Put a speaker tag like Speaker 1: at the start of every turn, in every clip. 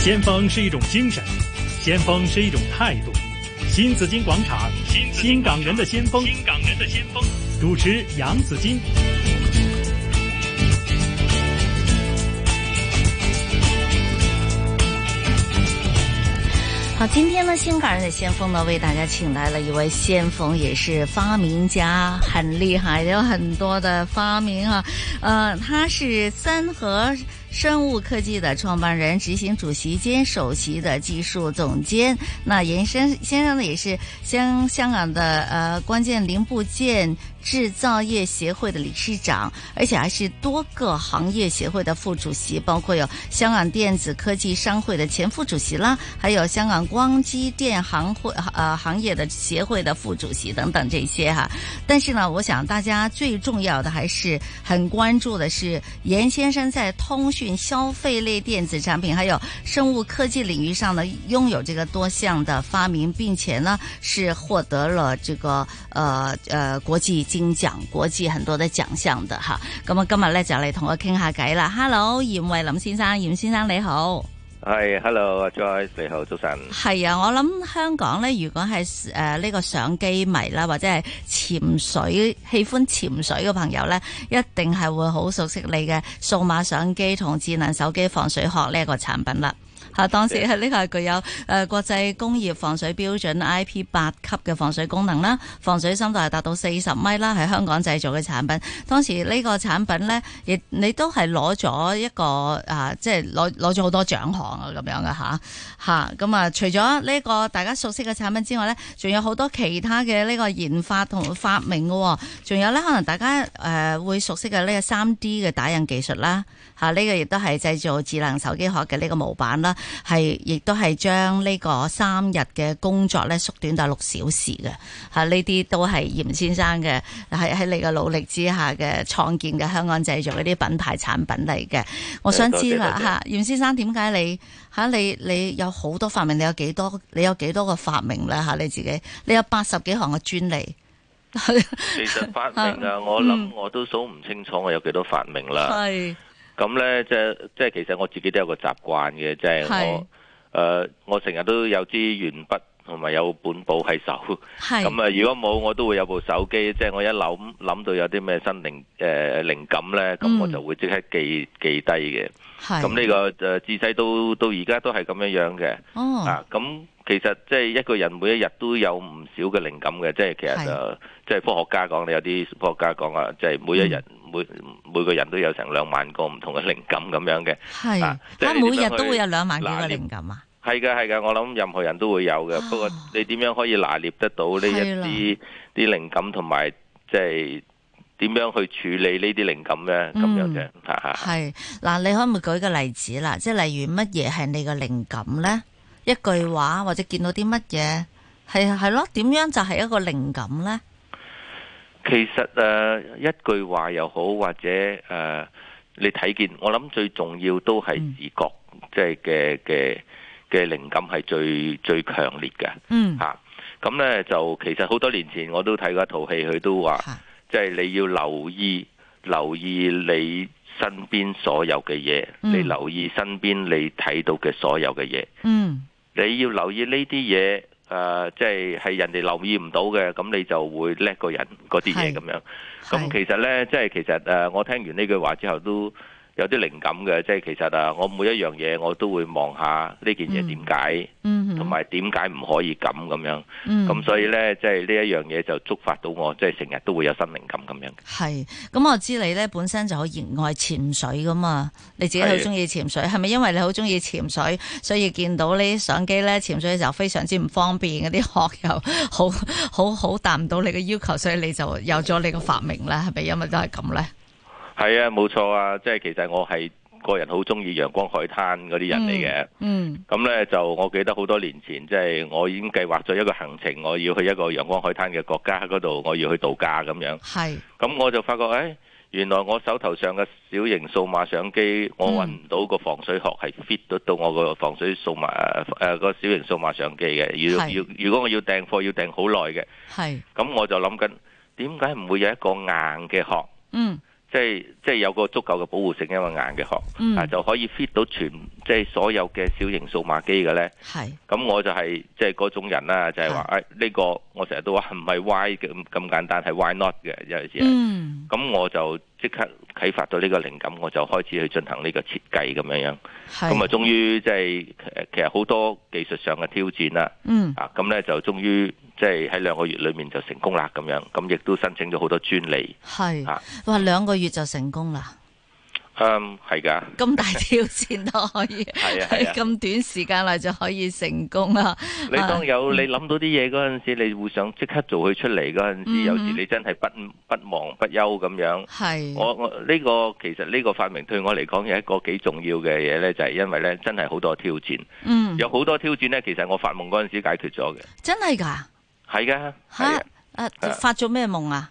Speaker 1: 先锋是一种精神，先锋是一种态度。新紫金广场，新港人的先锋，
Speaker 2: 新港人的先锋。
Speaker 1: 主持杨紫金。
Speaker 3: 好，今天呢，新港人的先锋呢，为大家请来了一位先锋，也是发明家，很厉害，有很多的发明啊。 呃，他是三和生物科技的创办人、执行主席兼首席的技术总监。那严先先生呢，也是香香港的呃关键零部件制造业协会的理事长，而且还是多个行业协会的副主席，包括有香港电子科技商会的前副主席啦，还有香港光机电行会呃行业的协会的副主席等等这些哈。但是呢，我想大家最重要的还是很关注的是严先生在通讯、消费类电子产品还有生物科技领域上呢，拥有这个多项的发明，并且呢是获得了这个呃呃国际金奖、国际很多的奖项的哈。咁啊，今日咧就嚟同我傾下偈啦。Hello，嚴慧林先生，嚴先生你好。
Speaker 2: 係，hello，阿 Joyce，你好，早 晨。
Speaker 3: 係啊，我諗香港咧，如果係誒呢個相機迷啦，或者係潛水喜歡潛水嘅朋友咧，一定係會好熟悉你嘅數碼相機同智能手機防水殼呢一個產品啦。嚇，當時係呢個係具有誒、呃、國際工業防水標準 IP 八級嘅防水功能啦，防水深度係達到四十米啦，係香港製造嘅產品。當時呢個產品咧，亦你都係攞咗一個啊，即係攞攞咗好多獎項啊咁樣嘅嚇嚇。咁啊，除咗呢個大家熟悉嘅產品之外咧，仲有好多其他嘅呢個研發同發明嘅喎、仲有咧可能大家誒、呃、會熟悉嘅呢個三 D 嘅打印技術啦。嚇、呢、個亦都係製造智能手機殼嘅呢個模板啦，係亦都係將呢個三日嘅工作咧縮短到六小時嘅嚇，呢、啲都係嚴先生嘅喺喺你嘅努力之下嘅創建嘅香港製造嗰啲品牌產品嚟嘅。我想知啦
Speaker 2: 多謝多謝
Speaker 3: 嚇，嚴先生點解你嚇、你你有好多發明，你有幾多你有幾多個發明咧嚇、你自己，你有八十幾項嘅專利。
Speaker 2: 其實發明啊，我諗我都數唔清楚我有幾多發明啦。
Speaker 3: 係
Speaker 2: 咁咧，即係即係其實我自己都有個習慣嘅，即係
Speaker 3: 係
Speaker 2: 我誒，我成日都有支鉛筆同埋有本簿喺手。
Speaker 3: 係
Speaker 2: 咁啊，如果冇我都會有部手機，即係我一諗諗到有啲咩新靈誒靈感咧，咁我
Speaker 3: 嗯
Speaker 2: 就會即刻記記低嘅。
Speaker 3: 係
Speaker 2: 咁呢個誒自細到到而家都係咁樣樣嘅。
Speaker 3: 哦
Speaker 2: 啊，咁其實即係一個人每一日都有唔少嘅靈感嘅，即係其實
Speaker 3: 係
Speaker 2: 誒，即係科學家講，你有啲科學家講啊，即係每一
Speaker 3: 嗯
Speaker 2: 日每每個人都有成兩萬個唔同嘅靈感咁樣嘅，
Speaker 3: 係
Speaker 2: 啊
Speaker 3: 啊，
Speaker 2: 即係你
Speaker 3: 每
Speaker 2: 點
Speaker 3: 日
Speaker 2: 樣
Speaker 3: 都
Speaker 2: 去
Speaker 3: 會有兩萬幾
Speaker 2: 拿
Speaker 3: 個
Speaker 2: 捏
Speaker 3: 靈感啊。
Speaker 2: 係嘅係嘅，我諗任何人都會有嘅
Speaker 3: 啊。
Speaker 2: 不過你點樣可以拿捏得到呢一
Speaker 3: 係啦
Speaker 2: 啲啲靈感同埋即係點樣去處理呢啲靈感咧？咁樣
Speaker 3: 嗯
Speaker 2: 啊啫，嚇嚇。
Speaker 3: 係嗱，你可唔可以舉個例子啦？即係例如乜嘢係你嘅靈感咧？一句話或者見到啲乜嘢係係咯？點樣就係一個靈感咧？
Speaker 2: 其實誒、呃一句話又好，或者誒、呃你睇見，我諗最重要都係
Speaker 3: 嗯
Speaker 2: 自覺，即係嘅嘅嘅靈感係最最強烈嘅
Speaker 3: 嗯，
Speaker 2: 嚇。咁、呢，咧就其實好多年前我都睇過一套戲，佢都話
Speaker 3: 係
Speaker 2: 即係你要留意留意你身邊所有嘅嘢，
Speaker 3: 嗯
Speaker 2: 你留意身邊你睇到嘅所有嘅嘢。
Speaker 3: 嗯
Speaker 2: 你要留意呢啲嘢，誒、呃即係係人哋留意唔到嘅，咁你就會叻過人嗰啲
Speaker 3: 係
Speaker 2: 嘢咁樣。咁
Speaker 3: 係
Speaker 2: 其實呢，即係其實誒、呃我聽完呢句話之後都有啲靈感嘅，即係其實啊，我每一樣嘢我都會望下呢件嘢
Speaker 3: 嗯
Speaker 2: 點解，
Speaker 3: 嗯哼
Speaker 2: 同埋點解唔可以咁咁樣。
Speaker 3: 嗯
Speaker 2: 咁所以呢，即係呢一樣嘢就觸發到我，即係成日都會有新靈感咁樣。
Speaker 3: 係咁，我知你咧本身就好熱愛潛水噶嘛，你自己好
Speaker 2: 係
Speaker 3: 中意潛水，係咪因為你好中意潛水，所以見到呢啲相機咧潛水嘅時候非常之唔方便，嗰啲殼又好好好達唔到你嘅要求，所以你就有咗你嘅發明啦，係咪因為都係咁咧？
Speaker 2: 係啊，冇錯啊，即係其實我係個人好中意陽光海灘嗰啲人嚟嘅。
Speaker 3: 嗯，
Speaker 2: 咁咧就我記得好多年前，即係我已經計劃咗一個行程，我要去一個陽光海灘嘅國家嗰度，我要去度假咁樣。
Speaker 3: 係
Speaker 2: 咁我就發覺，誒、哎原來我手頭上嘅小型數碼相機，
Speaker 3: 嗯
Speaker 2: 我揾唔到個防水殼係 fit 得到我個防水數碼誒個小型數碼相機嘅。如
Speaker 3: 係
Speaker 2: 要如果我要訂貨，要訂好耐嘅，
Speaker 3: 係，
Speaker 2: 咁我就諗緊點解唔會有一個硬嘅殼，
Speaker 3: 嗯
Speaker 2: 即係即係有個足夠嘅保護性，因為硬嘅殼，
Speaker 3: 嗯
Speaker 2: 啊就可以 fit 到全即係所有嘅小型數碼機嘅咧。
Speaker 3: 係
Speaker 2: 咁我就係即係嗰種人啦，就係話誒呢個我成日都話唔係 why 咁咁簡單，係 why not 嘅有陣時係。
Speaker 3: 嗯
Speaker 2: 咁我就即刻啟發到呢個靈感，我就開始去進行呢個設計咁樣樣。
Speaker 3: 係
Speaker 2: 咁啊，終於即係誒其實好多技術上嘅挑戰啦。
Speaker 3: 嗯
Speaker 2: 啊，咁咧就終於即係喺兩個月裏面就成功啦咁樣。咁亦都申請咗好多專利。
Speaker 3: 係
Speaker 2: 啊
Speaker 3: 哇兩個月就成功啦，
Speaker 2: 嗯，係㗎，
Speaker 3: 咁大挑戰都可以
Speaker 2: 係啊，係
Speaker 3: 喺
Speaker 2: 啊。
Speaker 3: 咁短時間內就可以成功啦。
Speaker 2: 你當有你諗到啲嘢嗰陣時，你會想即刻做佢出嚟嗰陣
Speaker 3: 嗯
Speaker 2: 時，有時你真係不不忘不休咁樣。
Speaker 3: 係
Speaker 2: 我我呢個其實呢個發明對我嚟講有一個幾重要嘅嘢呢，就係因為呢真係好多挑戰，
Speaker 3: 嗯
Speaker 2: 有好多挑戰呢，其實我發夢嗰陣時解決咗嘅，
Speaker 3: 真係㗎
Speaker 2: 係噶，係
Speaker 3: 吓
Speaker 2: 啊
Speaker 3: 啊
Speaker 2: 啊
Speaker 3: 發咗咩夢 啊？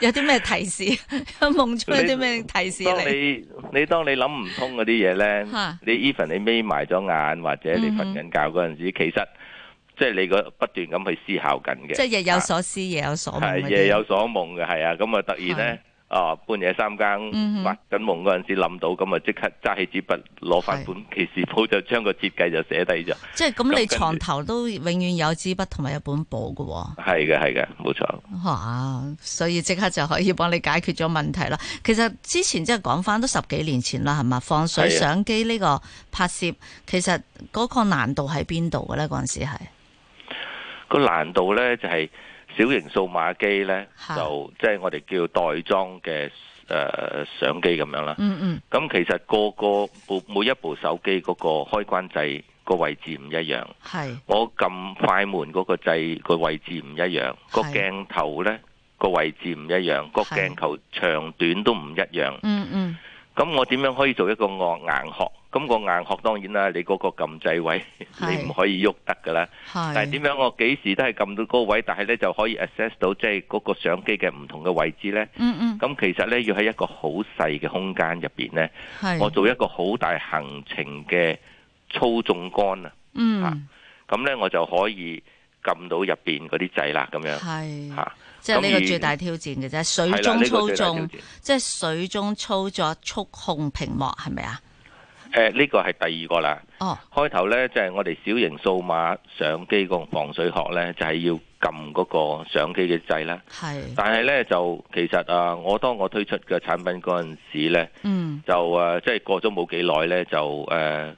Speaker 3: 有啲咩提示？ 夢出啲咩提示
Speaker 2: 當
Speaker 3: 你？
Speaker 2: 你你當你諗唔通嗰啲嘢
Speaker 3: 嚇嗯
Speaker 2: 呢，你 even 你眯埋咗眼或者你瞓緊覺嗰陣時，其實即係你個不斷咁去思考緊嘅，
Speaker 3: 即係日有所思，夜有所夢嗰
Speaker 2: 係
Speaker 3: 啲。
Speaker 2: 夜有所夢嘅，係啊，咁啊突然咧，啊半夜三更
Speaker 3: 嗯哼
Speaker 2: 發緊夢嗰陣時諗到，咁啊即刻揸起支筆攞翻本記事簿，就將個設計就寫低咗。
Speaker 3: 即係咁，你
Speaker 2: 咁跟住
Speaker 3: 床頭都永遠有支筆同埋有本簿嘅喎。
Speaker 2: 係嘅，係嘅，冇錯。
Speaker 3: 哇！所以即刻就可以幫你解決咗問題啦。其實之前即係講翻都十幾年前啦，係嘛？放水
Speaker 2: 係啊
Speaker 3: 相機呢個拍攝，其實嗰個難度喺邊度嘅咧？嗰陣時係
Speaker 2: 個難度咧就係小型數碼機咧，
Speaker 3: 嚇
Speaker 2: 就即係我哋叫袋裝嘅誒相機咁樣啦。
Speaker 3: 嗯嗯
Speaker 2: 咁其實個個部每一部手機嗰個開關掣個位置唔一樣。
Speaker 3: 係
Speaker 2: 我撳快門嗰個掣個位置唔一樣，個
Speaker 3: 係
Speaker 2: 鏡頭呢個位置唔一樣，個
Speaker 3: 係
Speaker 2: 鏡頭長短都唔一樣。
Speaker 3: 嗯嗯
Speaker 2: 咁我點樣可以做一個硬硬殼？咁個硬殼當然啦，你嗰個撳掣位
Speaker 3: 係
Speaker 2: 你唔可以喐得㗎啦。
Speaker 3: 係。
Speaker 2: 但係點樣我幾時都係撳到嗰個位，但係呢就可以 access 到即係嗰個相機嘅唔同嘅位置呢。
Speaker 3: 嗯嗯
Speaker 2: 咁其實呢，要喺一個好細嘅空間入邊呢，
Speaker 3: 係
Speaker 2: 我做一個好大行程嘅操縱杆啊！
Speaker 3: 嗯
Speaker 2: 咁咧我就可以撳到入邊嗰啲掣啦，咁樣
Speaker 3: 係
Speaker 2: 嚇。
Speaker 3: 即係呢
Speaker 2: 咁
Speaker 3: 個
Speaker 2: 而
Speaker 3: 最大挑戰嘅啫，水
Speaker 2: 係啦，
Speaker 3: 中
Speaker 2: 呢
Speaker 3: 操
Speaker 2: 個最大挑
Speaker 3: 縱
Speaker 2: 戰。，
Speaker 3: 即係水中操作觸控屏幕係咪啊？
Speaker 2: 誒，呢個係第二個啦。
Speaker 3: 哦，
Speaker 2: 開頭咧就係我哋小型數碼相機個防水殼咧，就係要撳嗰個相機嘅掣啦。
Speaker 3: 係，
Speaker 2: 但係咧就其實啊，我當我推出嘅產品嗰陣時咧，
Speaker 3: 嗯，
Speaker 2: 就誒即係過咗冇幾耐咧，就誒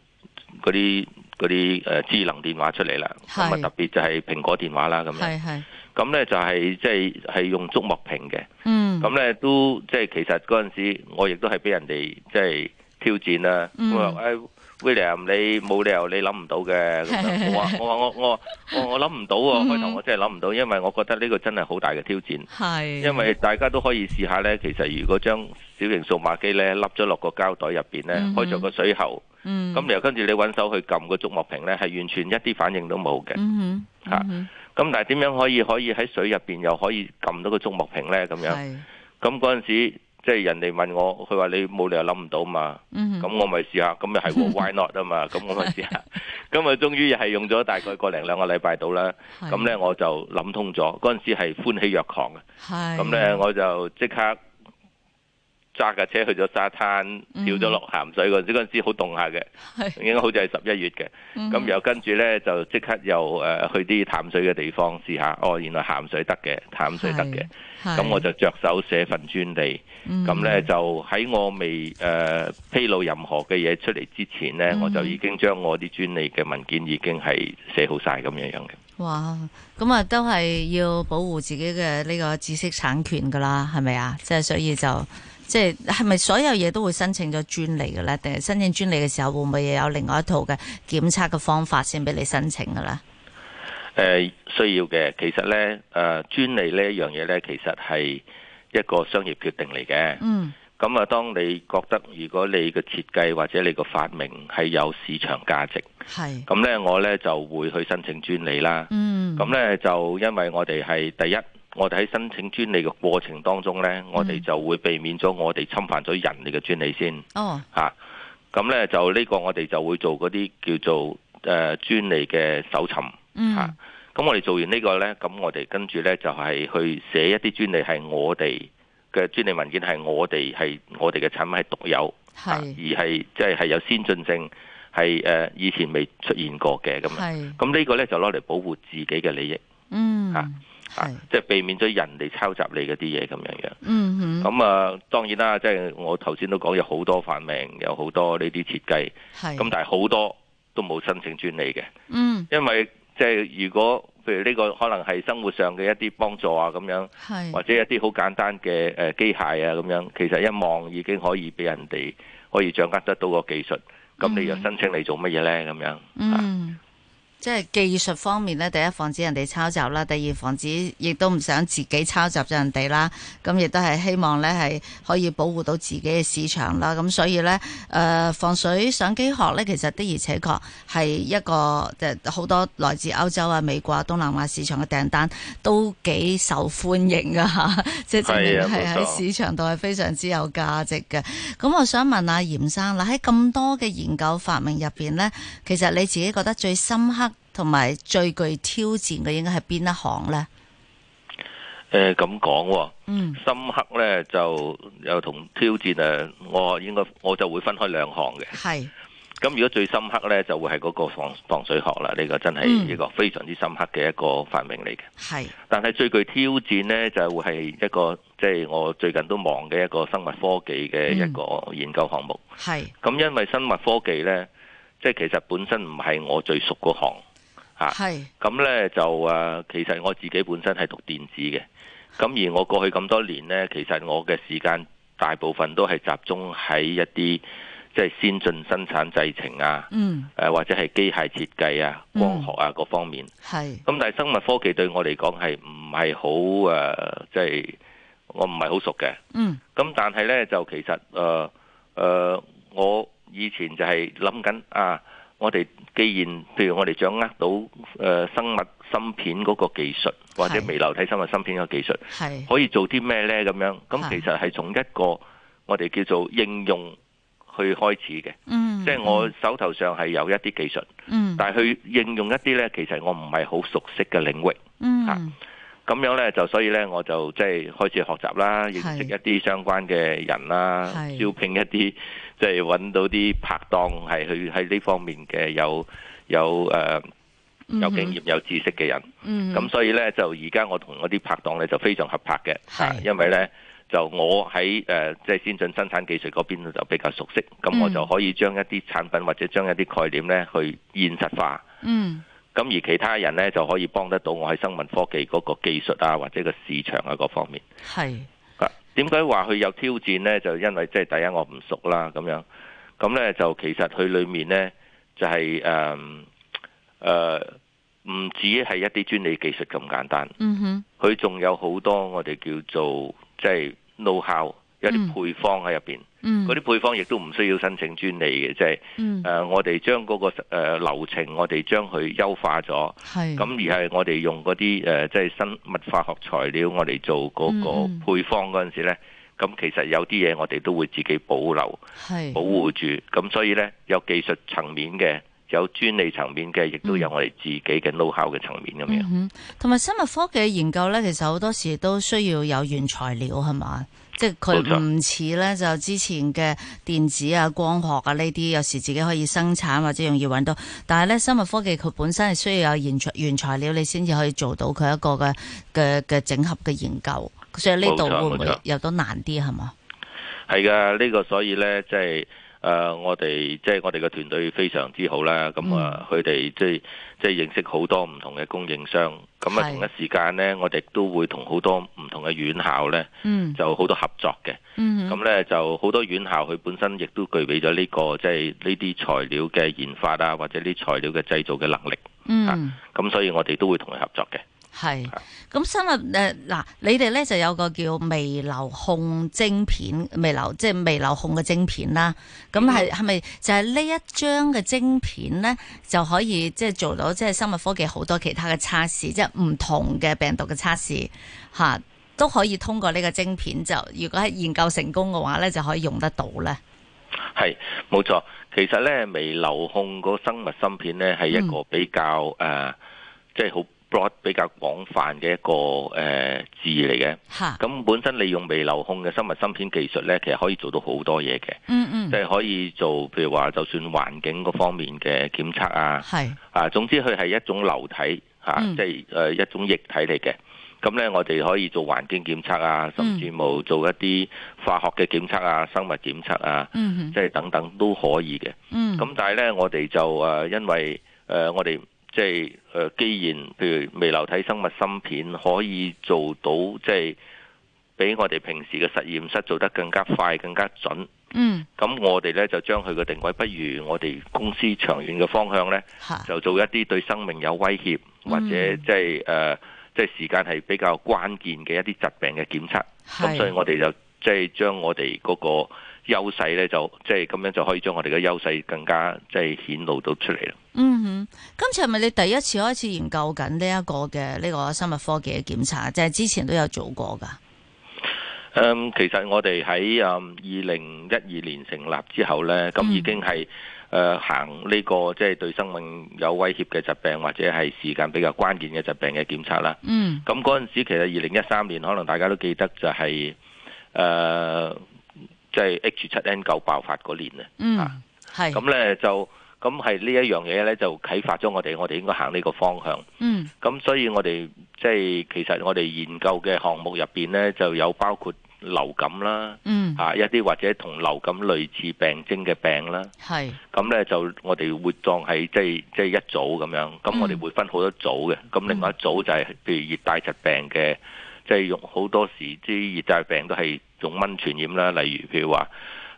Speaker 2: 嗰啲嗰啲誒智能電話出嚟啦。咁啊
Speaker 3: 係
Speaker 2: 特別就係蘋果電話啦咁樣。
Speaker 3: 係係，
Speaker 2: 咁咧就係即係係用觸摸屏嘅。
Speaker 3: 嗯，
Speaker 2: 咁咧都即係其實嗰陣時，我亦都係俾人哋即係挑戰啦。
Speaker 3: 嗯
Speaker 2: 咁話誒 William，你冇理由你諗唔到嘅。咁 樣我話我話我我我我諗唔到喎，
Speaker 3: 嗯
Speaker 2: 開頭我真係諗唔到，因為我覺得呢個真係好大嘅挑戰。
Speaker 3: 係，
Speaker 2: 因為大家都可以試下呢，其實如果將小型數碼機呢，笠咗落個膠袋入邊呢
Speaker 3: 嗯，
Speaker 2: 開咗個水喉，
Speaker 3: 嗯，
Speaker 2: 咁然後跟住你揾手去撳個觸摸屏呢，係完全一啲反應都冇嘅。
Speaker 3: 嗯哼，
Speaker 2: 嚇
Speaker 3: 嗯
Speaker 2: 咁但係點樣可以可以喺水入邊又可以撳到個觸摸屏呢？咁
Speaker 3: 哼
Speaker 2: 樣？
Speaker 3: 係，
Speaker 2: 咁嗰陣時，即係人哋問我，佢話你冇理由諗唔到嘛，
Speaker 3: 嗯
Speaker 2: 咁
Speaker 3: 哼，
Speaker 2: 我咪試下，咁 又係喎，why not 啊嘛，咁我咪試下，咁啊終於又係用咗大概個零兩個禮拜到啦，
Speaker 3: 係
Speaker 2: 咁呢，我就諗通咗，嗰陣時係歡喜若狂嘅，
Speaker 3: 係，
Speaker 2: 咁呢，我就即刻揸架車去咗沙灘，
Speaker 3: 嗯
Speaker 2: 跳咗落鹹水嗰陣時，嗰陣時好凍下嘅，
Speaker 3: 係，
Speaker 2: 應該好似係十一月嘅，咁
Speaker 3: 又
Speaker 2: 又跟住呢，就即刻又誒、呃去啲淡水嘅地方試下，哦原來鹹水得嘅，淡水得嘅，，
Speaker 3: 係嗯
Speaker 2: 咁我就着手寫份專利。咁咧，就喺我未誒、呃披露任何嘅嘢出嚟之前咧，
Speaker 3: 嗯
Speaker 2: 我就已經將我啲專利嘅文件已經係寫好晒咁樣樣嘅。
Speaker 3: 嗯哇，咁啊都係要保護自己嘅呢個知識產權噶啦，係咪啊？即係所以就。即係係咪所有嘢都會申請咗專利嘅咧？定係申請專利嘅時候會唔會有另外一套嘅檢測嘅方法先俾你申請嘅咧？
Speaker 2: 誒、呃需要嘅，其實咧誒、呃、專利呢一樣嘢咧，其實係一個商業決定嚟嘅。
Speaker 3: 嗯，
Speaker 2: 咁啊，當你覺得如果你嘅設計或者你個發明係有市場價值，
Speaker 3: 係，
Speaker 2: 咁咧我咧就會去申請專利啦。
Speaker 3: 嗯，
Speaker 2: 咁咧就因為我哋係第一，我哋喺申請專利嘅過程當中呢，我哋就會避免咗我哋侵犯咗人哋嘅專利先
Speaker 3: 哦，
Speaker 2: 嚇。咁、呢就呢個我哋就會做嗰啲叫做誒、呃、專利嘅搜尋
Speaker 3: 嗯，
Speaker 2: 嚇。咁、我哋做完呢個呢，咁我哋跟住呢就係、去寫一啲專利係我哋嘅專利文件係我哋係我哋嘅產品係獨有，啊而
Speaker 3: 係
Speaker 2: 係即係係有先進性，係誒、呃以前未出現過嘅咁啊樣。
Speaker 3: 係，
Speaker 2: 咁呢個咧就攞嚟保護自己嘅利益，
Speaker 3: 嗯
Speaker 2: 啊啊
Speaker 3: 係，
Speaker 2: 即係避免咗人哋抄襲你嗰啲嘢咁樣樣。
Speaker 3: 嗯哼，
Speaker 2: 咁啊，當然啦，即係我頭先都講有好多發明，有好多呢啲設計，
Speaker 3: 係
Speaker 2: 咁但係好多都冇申請專利嘅，
Speaker 3: 嗯
Speaker 2: 因為即係如果譬如呢個可能係生活上嘅一啲幫助啊咁樣，
Speaker 3: 係
Speaker 2: 或者一啲好簡單嘅誒機械啊咁樣，其實一望已經可以俾人哋可以掌握得到個技術，咁你又
Speaker 3: 嗯
Speaker 2: 申請嚟做乜嘢呢？咁樣啊
Speaker 3: 嗯。即係技術方面咧，第一防止人哋抄襲啦，第二防止亦都唔想自己抄襲咗人哋啦。咁亦都係希望咧係可以保護到自己嘅市場啦。咁所以咧，誒、防水相機學咧，其實的而且確係一個即係好多來自歐洲啊、美國啊、東南亞市場嘅訂單都幾受歡迎噶嚇， 即係證
Speaker 2: 係
Speaker 3: 明
Speaker 2: 啊冇
Speaker 3: 係
Speaker 2: 錯
Speaker 3: 喺市場度係非常之有價值嘅。咁我想問阿嚴生啦，喺咁多嘅研究發明入邊咧，其實你自己覺得最深刻同埋最具挑戰嘅應該係邊一行咧？
Speaker 2: 誒咁講喎。
Speaker 3: 嗯，
Speaker 2: 深刻呢，就又同挑戰誒，我應該我就會分開兩項嘅。
Speaker 3: 係，
Speaker 2: 咁如果最深刻呢，就會係嗰個防防水學啦。呢、個真係
Speaker 3: 嗯
Speaker 2: 一個非常之深刻嘅一個發明嚟嘅。
Speaker 3: 係，
Speaker 2: 但係最具挑戰呢，就會係一個即係、我最近都忙嘅一個生物科技
Speaker 3: 嗯
Speaker 2: 嘅一個研究項目。
Speaker 3: 係，
Speaker 2: 咁、因為生物科技呢，即係其實本身唔係我最熟嗰行嚇。啊
Speaker 3: 係，
Speaker 2: 咁呢，就誒、啊其實我自己本身係讀電子嘅，咁而我過去咁多年呢，其實我嘅時間大部分都係集中喺一啲即係先進生產製程啊，
Speaker 3: 嗯，
Speaker 2: 誒或者係機械設計啊、
Speaker 3: 嗯
Speaker 2: 光學啊各方面。
Speaker 3: 係，
Speaker 2: 咁但係生物科技對我嚟講係唔係好誒，即係我唔係好熟嘅。
Speaker 3: 嗯，
Speaker 2: 咁但係呢，就其實誒誒、呃呃我以前就係諗緊啊，我哋既然譬如我哋掌握到誒、呃生物芯片嗰個技術，或者
Speaker 3: 係
Speaker 2: 微流體生物芯片嘅技術，
Speaker 3: 係，
Speaker 2: 可以做啲咩呢？咁樣咁
Speaker 3: 係
Speaker 2: 其實係從一個我哋叫做應用去開始嘅，
Speaker 3: 嗯，
Speaker 2: 即係我手頭上係有一啲技術，
Speaker 3: 嗯，
Speaker 2: 但係去應用一啲呢，其實我唔係好熟悉嘅領域。
Speaker 3: 嗯，
Speaker 2: 咁樣咧就所以咧我就即係開始學習啦，
Speaker 3: 係
Speaker 2: 認識一啲相關嘅人啦，
Speaker 3: 係
Speaker 2: 招聘一啲即係揾到啲拍檔係去喺呢方面嘅有有誒、呃
Speaker 3: 嗯
Speaker 2: 有經驗有知識嘅人。
Speaker 3: 嗯，
Speaker 2: 咁、所以咧就而家我同我啲拍檔咧就非常合拍嘅，
Speaker 3: 係
Speaker 2: 啊因為咧就我喺誒即係先進生產技術嗰邊就比較熟悉，咁我
Speaker 3: 嗯
Speaker 2: 就可以將一啲產品或者將一啲概念咧去現實化。
Speaker 3: 嗯，
Speaker 2: 咁而其他人呢，就可以幫得到我喺生物科技嗰個技術啊，或者個市場啊各方面。
Speaker 3: 係，
Speaker 2: 啊點解話佢有挑戰呢？就因為即係第一我唔熟啦咁樣，咁呢，就其實佢裡面呢，就係誒誒唔止係一啲專利技術咁簡單，
Speaker 3: 嗯哼，
Speaker 2: 佢仲有好多我哋叫做即係 know how 有
Speaker 3: 嗯
Speaker 2: 啲配方喺入邊，
Speaker 3: 嗯，
Speaker 2: 嗰啲、啊配方亦都唔需要申請專利嘅，即係
Speaker 3: 嗯，
Speaker 2: 誒我哋將嗰個誒流程，我哋將佢優化咗。
Speaker 3: 係，
Speaker 2: 咁而係我哋用嗰啲誒，即係生物化學材料，我哋做嗰個
Speaker 3: 嗯嗯
Speaker 2: 配方嗰陣時咧，咁其實有啲嘢我哋都會自己保留、
Speaker 3: 係，
Speaker 2: 保護住。咁所以咧，有技術層面嘅，有專利層面嘅，亦都有我哋自己嘅 know how 嘅層面咁樣。
Speaker 3: 嗯哼，同埋生物科技嘅研究咧，其實好多時都需要有原材料係嘛，即係佢
Speaker 2: 冇錯
Speaker 3: 唔似咧就之前嘅電子啊、光學啊呢啲，有時自己可以生產或者容易揾到。但係咧生物科技佢本身係需要有原材原材料，你先至可以做到佢一個嘅嘅嘅整合嘅研究。所以呢度
Speaker 2: 冇錯
Speaker 3: 會唔
Speaker 2: 冇
Speaker 3: 會
Speaker 2: 錯
Speaker 3: 有都難啲係嘛？
Speaker 2: 係噶，呢、個所以咧，即係誒，我哋即係我哋嘅團隊非常之好啦。咁啊，佢哋即係即係認識好多唔同嘅供應商。咁啊，
Speaker 3: 係
Speaker 2: 同一時間咧，我哋都會同好多唔同嘅院校咧，
Speaker 3: 嗯
Speaker 2: 就好多合作嘅。
Speaker 3: 嗯哼
Speaker 2: 咁咧就好多院校佢本身亦都具備咗呢、個即係呢啲材料嘅研發啊，或者呢材料嘅製造嘅能力。
Speaker 3: 嗯。
Speaker 2: 咁所以我哋都會同佢合作嘅。
Speaker 3: 係
Speaker 2: 啊，
Speaker 3: 咁生物誒嗱，你哋咧就有個叫微流控晶片，微流即係微流控嘅晶片啦。咁係係咪就係呢一張嘅晶片咧，就可以即係做到即係生物科技好多其他嘅測試，即係唔同嘅病毒嘅測試嚇、都可以通過呢個晶片就，如果係研究成功嘅話咧，就可以用得到咧。
Speaker 2: 係冇錯，其實咧微流控個生物芯片咧係一個比較誒、呃即係好 broad 比較廣泛嘅一個誒、呃字嚟嘅。
Speaker 3: 吓，
Speaker 2: 咁本身利用微流控嘅生物芯片技術咧，其實可以做到好多嘢嘅，
Speaker 3: 嗯
Speaker 2: 即
Speaker 3: 嗯，
Speaker 2: 係可以做譬如話，就算環境嗰方面嘅檢測啊，
Speaker 3: 係
Speaker 2: 啊，總之佢係一種流體嚇，
Speaker 3: 嗯
Speaker 2: 即係誒一種液體嚟嘅。咁咧，我哋可以做環境檢測啊，甚至冇做一啲化學嘅檢測啊、生物檢測啊，
Speaker 3: 嗯
Speaker 2: 即係等等都可以嘅。
Speaker 3: 嗯，
Speaker 2: 咁但係咧，我哋就誒、呃因為誒、呃我哋即係誒、呃既然譬如微流體生物芯片可以做到，即係比我哋平時嘅實驗室做得更加快、更加準。
Speaker 3: 嗯
Speaker 2: 咁我哋咧就將佢嘅定位，不如我哋公司長遠嘅方向咧，
Speaker 3: 吓，
Speaker 2: 就做一啲對生命有威脅
Speaker 3: 嗯
Speaker 2: 或者即係誒，呃即係時間係比較關鍵嘅一啲疾病嘅檢測。咁所以
Speaker 3: 係
Speaker 2: 我哋就即係將我哋嗰個優勢咧，就即係咁樣就可以將我哋嘅優勢更加即係顯露到出嚟啦。
Speaker 3: 嗯哼，今次係咪你第一次開始研究緊呢一個嘅呢個生物科技嘅檢查？就係之前都有做過㗎。
Speaker 2: 誒、嗯其實我哋喺誒嗯二零一二年成立之後咧，咁
Speaker 3: 嗯
Speaker 2: 已經係誒、呃行呢、個即係對生命有威脅嘅疾病或者係時間比較關鍵嘅疾病嘅檢測啦。
Speaker 3: 嗯
Speaker 2: 咁嗰陣時其實二零一三年可能大家都記得就係誒即係 H 七 N 九爆發嗰年咧。
Speaker 3: 嗯
Speaker 2: 啊，
Speaker 3: 係
Speaker 2: 咁咧就咁係呢一樣嘢咧，就啟發咗我哋，我哋應該行呢個方向。
Speaker 3: 嗯
Speaker 2: 咁所以我哋即係其實我哋研究嘅項目入邊咧，就有包括流感啦，
Speaker 3: 嗯
Speaker 2: 啊一啲或者同流感類似病徵嘅病啦。
Speaker 3: 係
Speaker 2: 咁咧就我哋會當係即係即係一組咁樣，咁我
Speaker 3: 嗯
Speaker 2: 哋會分好多組嘅。咁另外一組就係譬如熱帶疾病嘅，即係用好多時啲熱帶病都係用蚊傳染啦，例如譬如話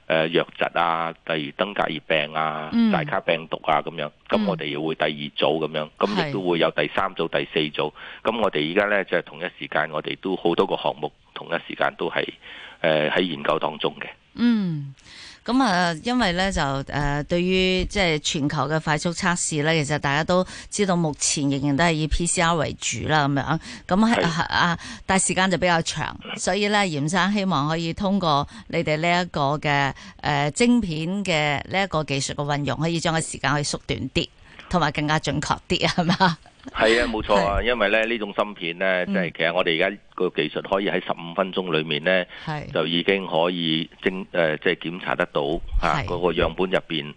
Speaker 2: 誒瘧疾啊，例如登革熱病啊
Speaker 3: 嗯、
Speaker 2: 寨卡病毒啊咁樣。
Speaker 3: 嗯
Speaker 2: 咁我哋又會第二組咁樣，咁
Speaker 3: 係
Speaker 2: 亦都會有第三組、第四組。咁我哋而家咧就係同一時間，我哋都好多個項目同一時間都係誒喺研究當中嘅。
Speaker 3: 嗯。咁啊，因為咧就誒、呃，對於即係全球嘅快速測試咧，其實大家都知道，目前仍然都係以 PCR 為主啦，咁樣。咁係
Speaker 2: 係
Speaker 3: 啊啊，但係時間就比較長，所以咧，嚴生希望可以通過你哋呢一個嘅誒、呃晶片嘅呢一個技術嘅運用，可以將個時間可以縮短啲，同埋更加準確啲，係嘛？
Speaker 2: 係啊，冇錯啊，因為咧呢種芯片咧，
Speaker 3: 嗯
Speaker 2: 即係其實我哋而家個技術可以喺十五分鐘裏面咧，
Speaker 3: 係
Speaker 2: 就已經可以精誒即係檢查得到嚇
Speaker 3: 係
Speaker 2: 嗰個樣本入邊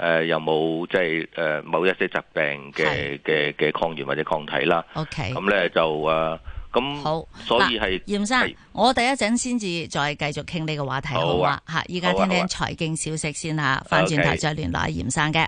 Speaker 2: 誒有冇即係誒某一些疾病嘅嘅嘅抗原或者抗體啦。
Speaker 3: OK。
Speaker 2: 咁咧就誒
Speaker 3: 好
Speaker 2: 咁，所以係
Speaker 3: 嚴生
Speaker 2: 係，
Speaker 3: 我第一陣先至再繼續傾呢個話題，好
Speaker 2: 好啊
Speaker 3: 嘛？吓，依家
Speaker 2: 好啊
Speaker 3: 聽聽
Speaker 2: 好啊
Speaker 3: 財經消息先吓，翻轉
Speaker 2: 好
Speaker 3: 頭
Speaker 2: ，OK
Speaker 3: 再聯絡阿嚴生嘅。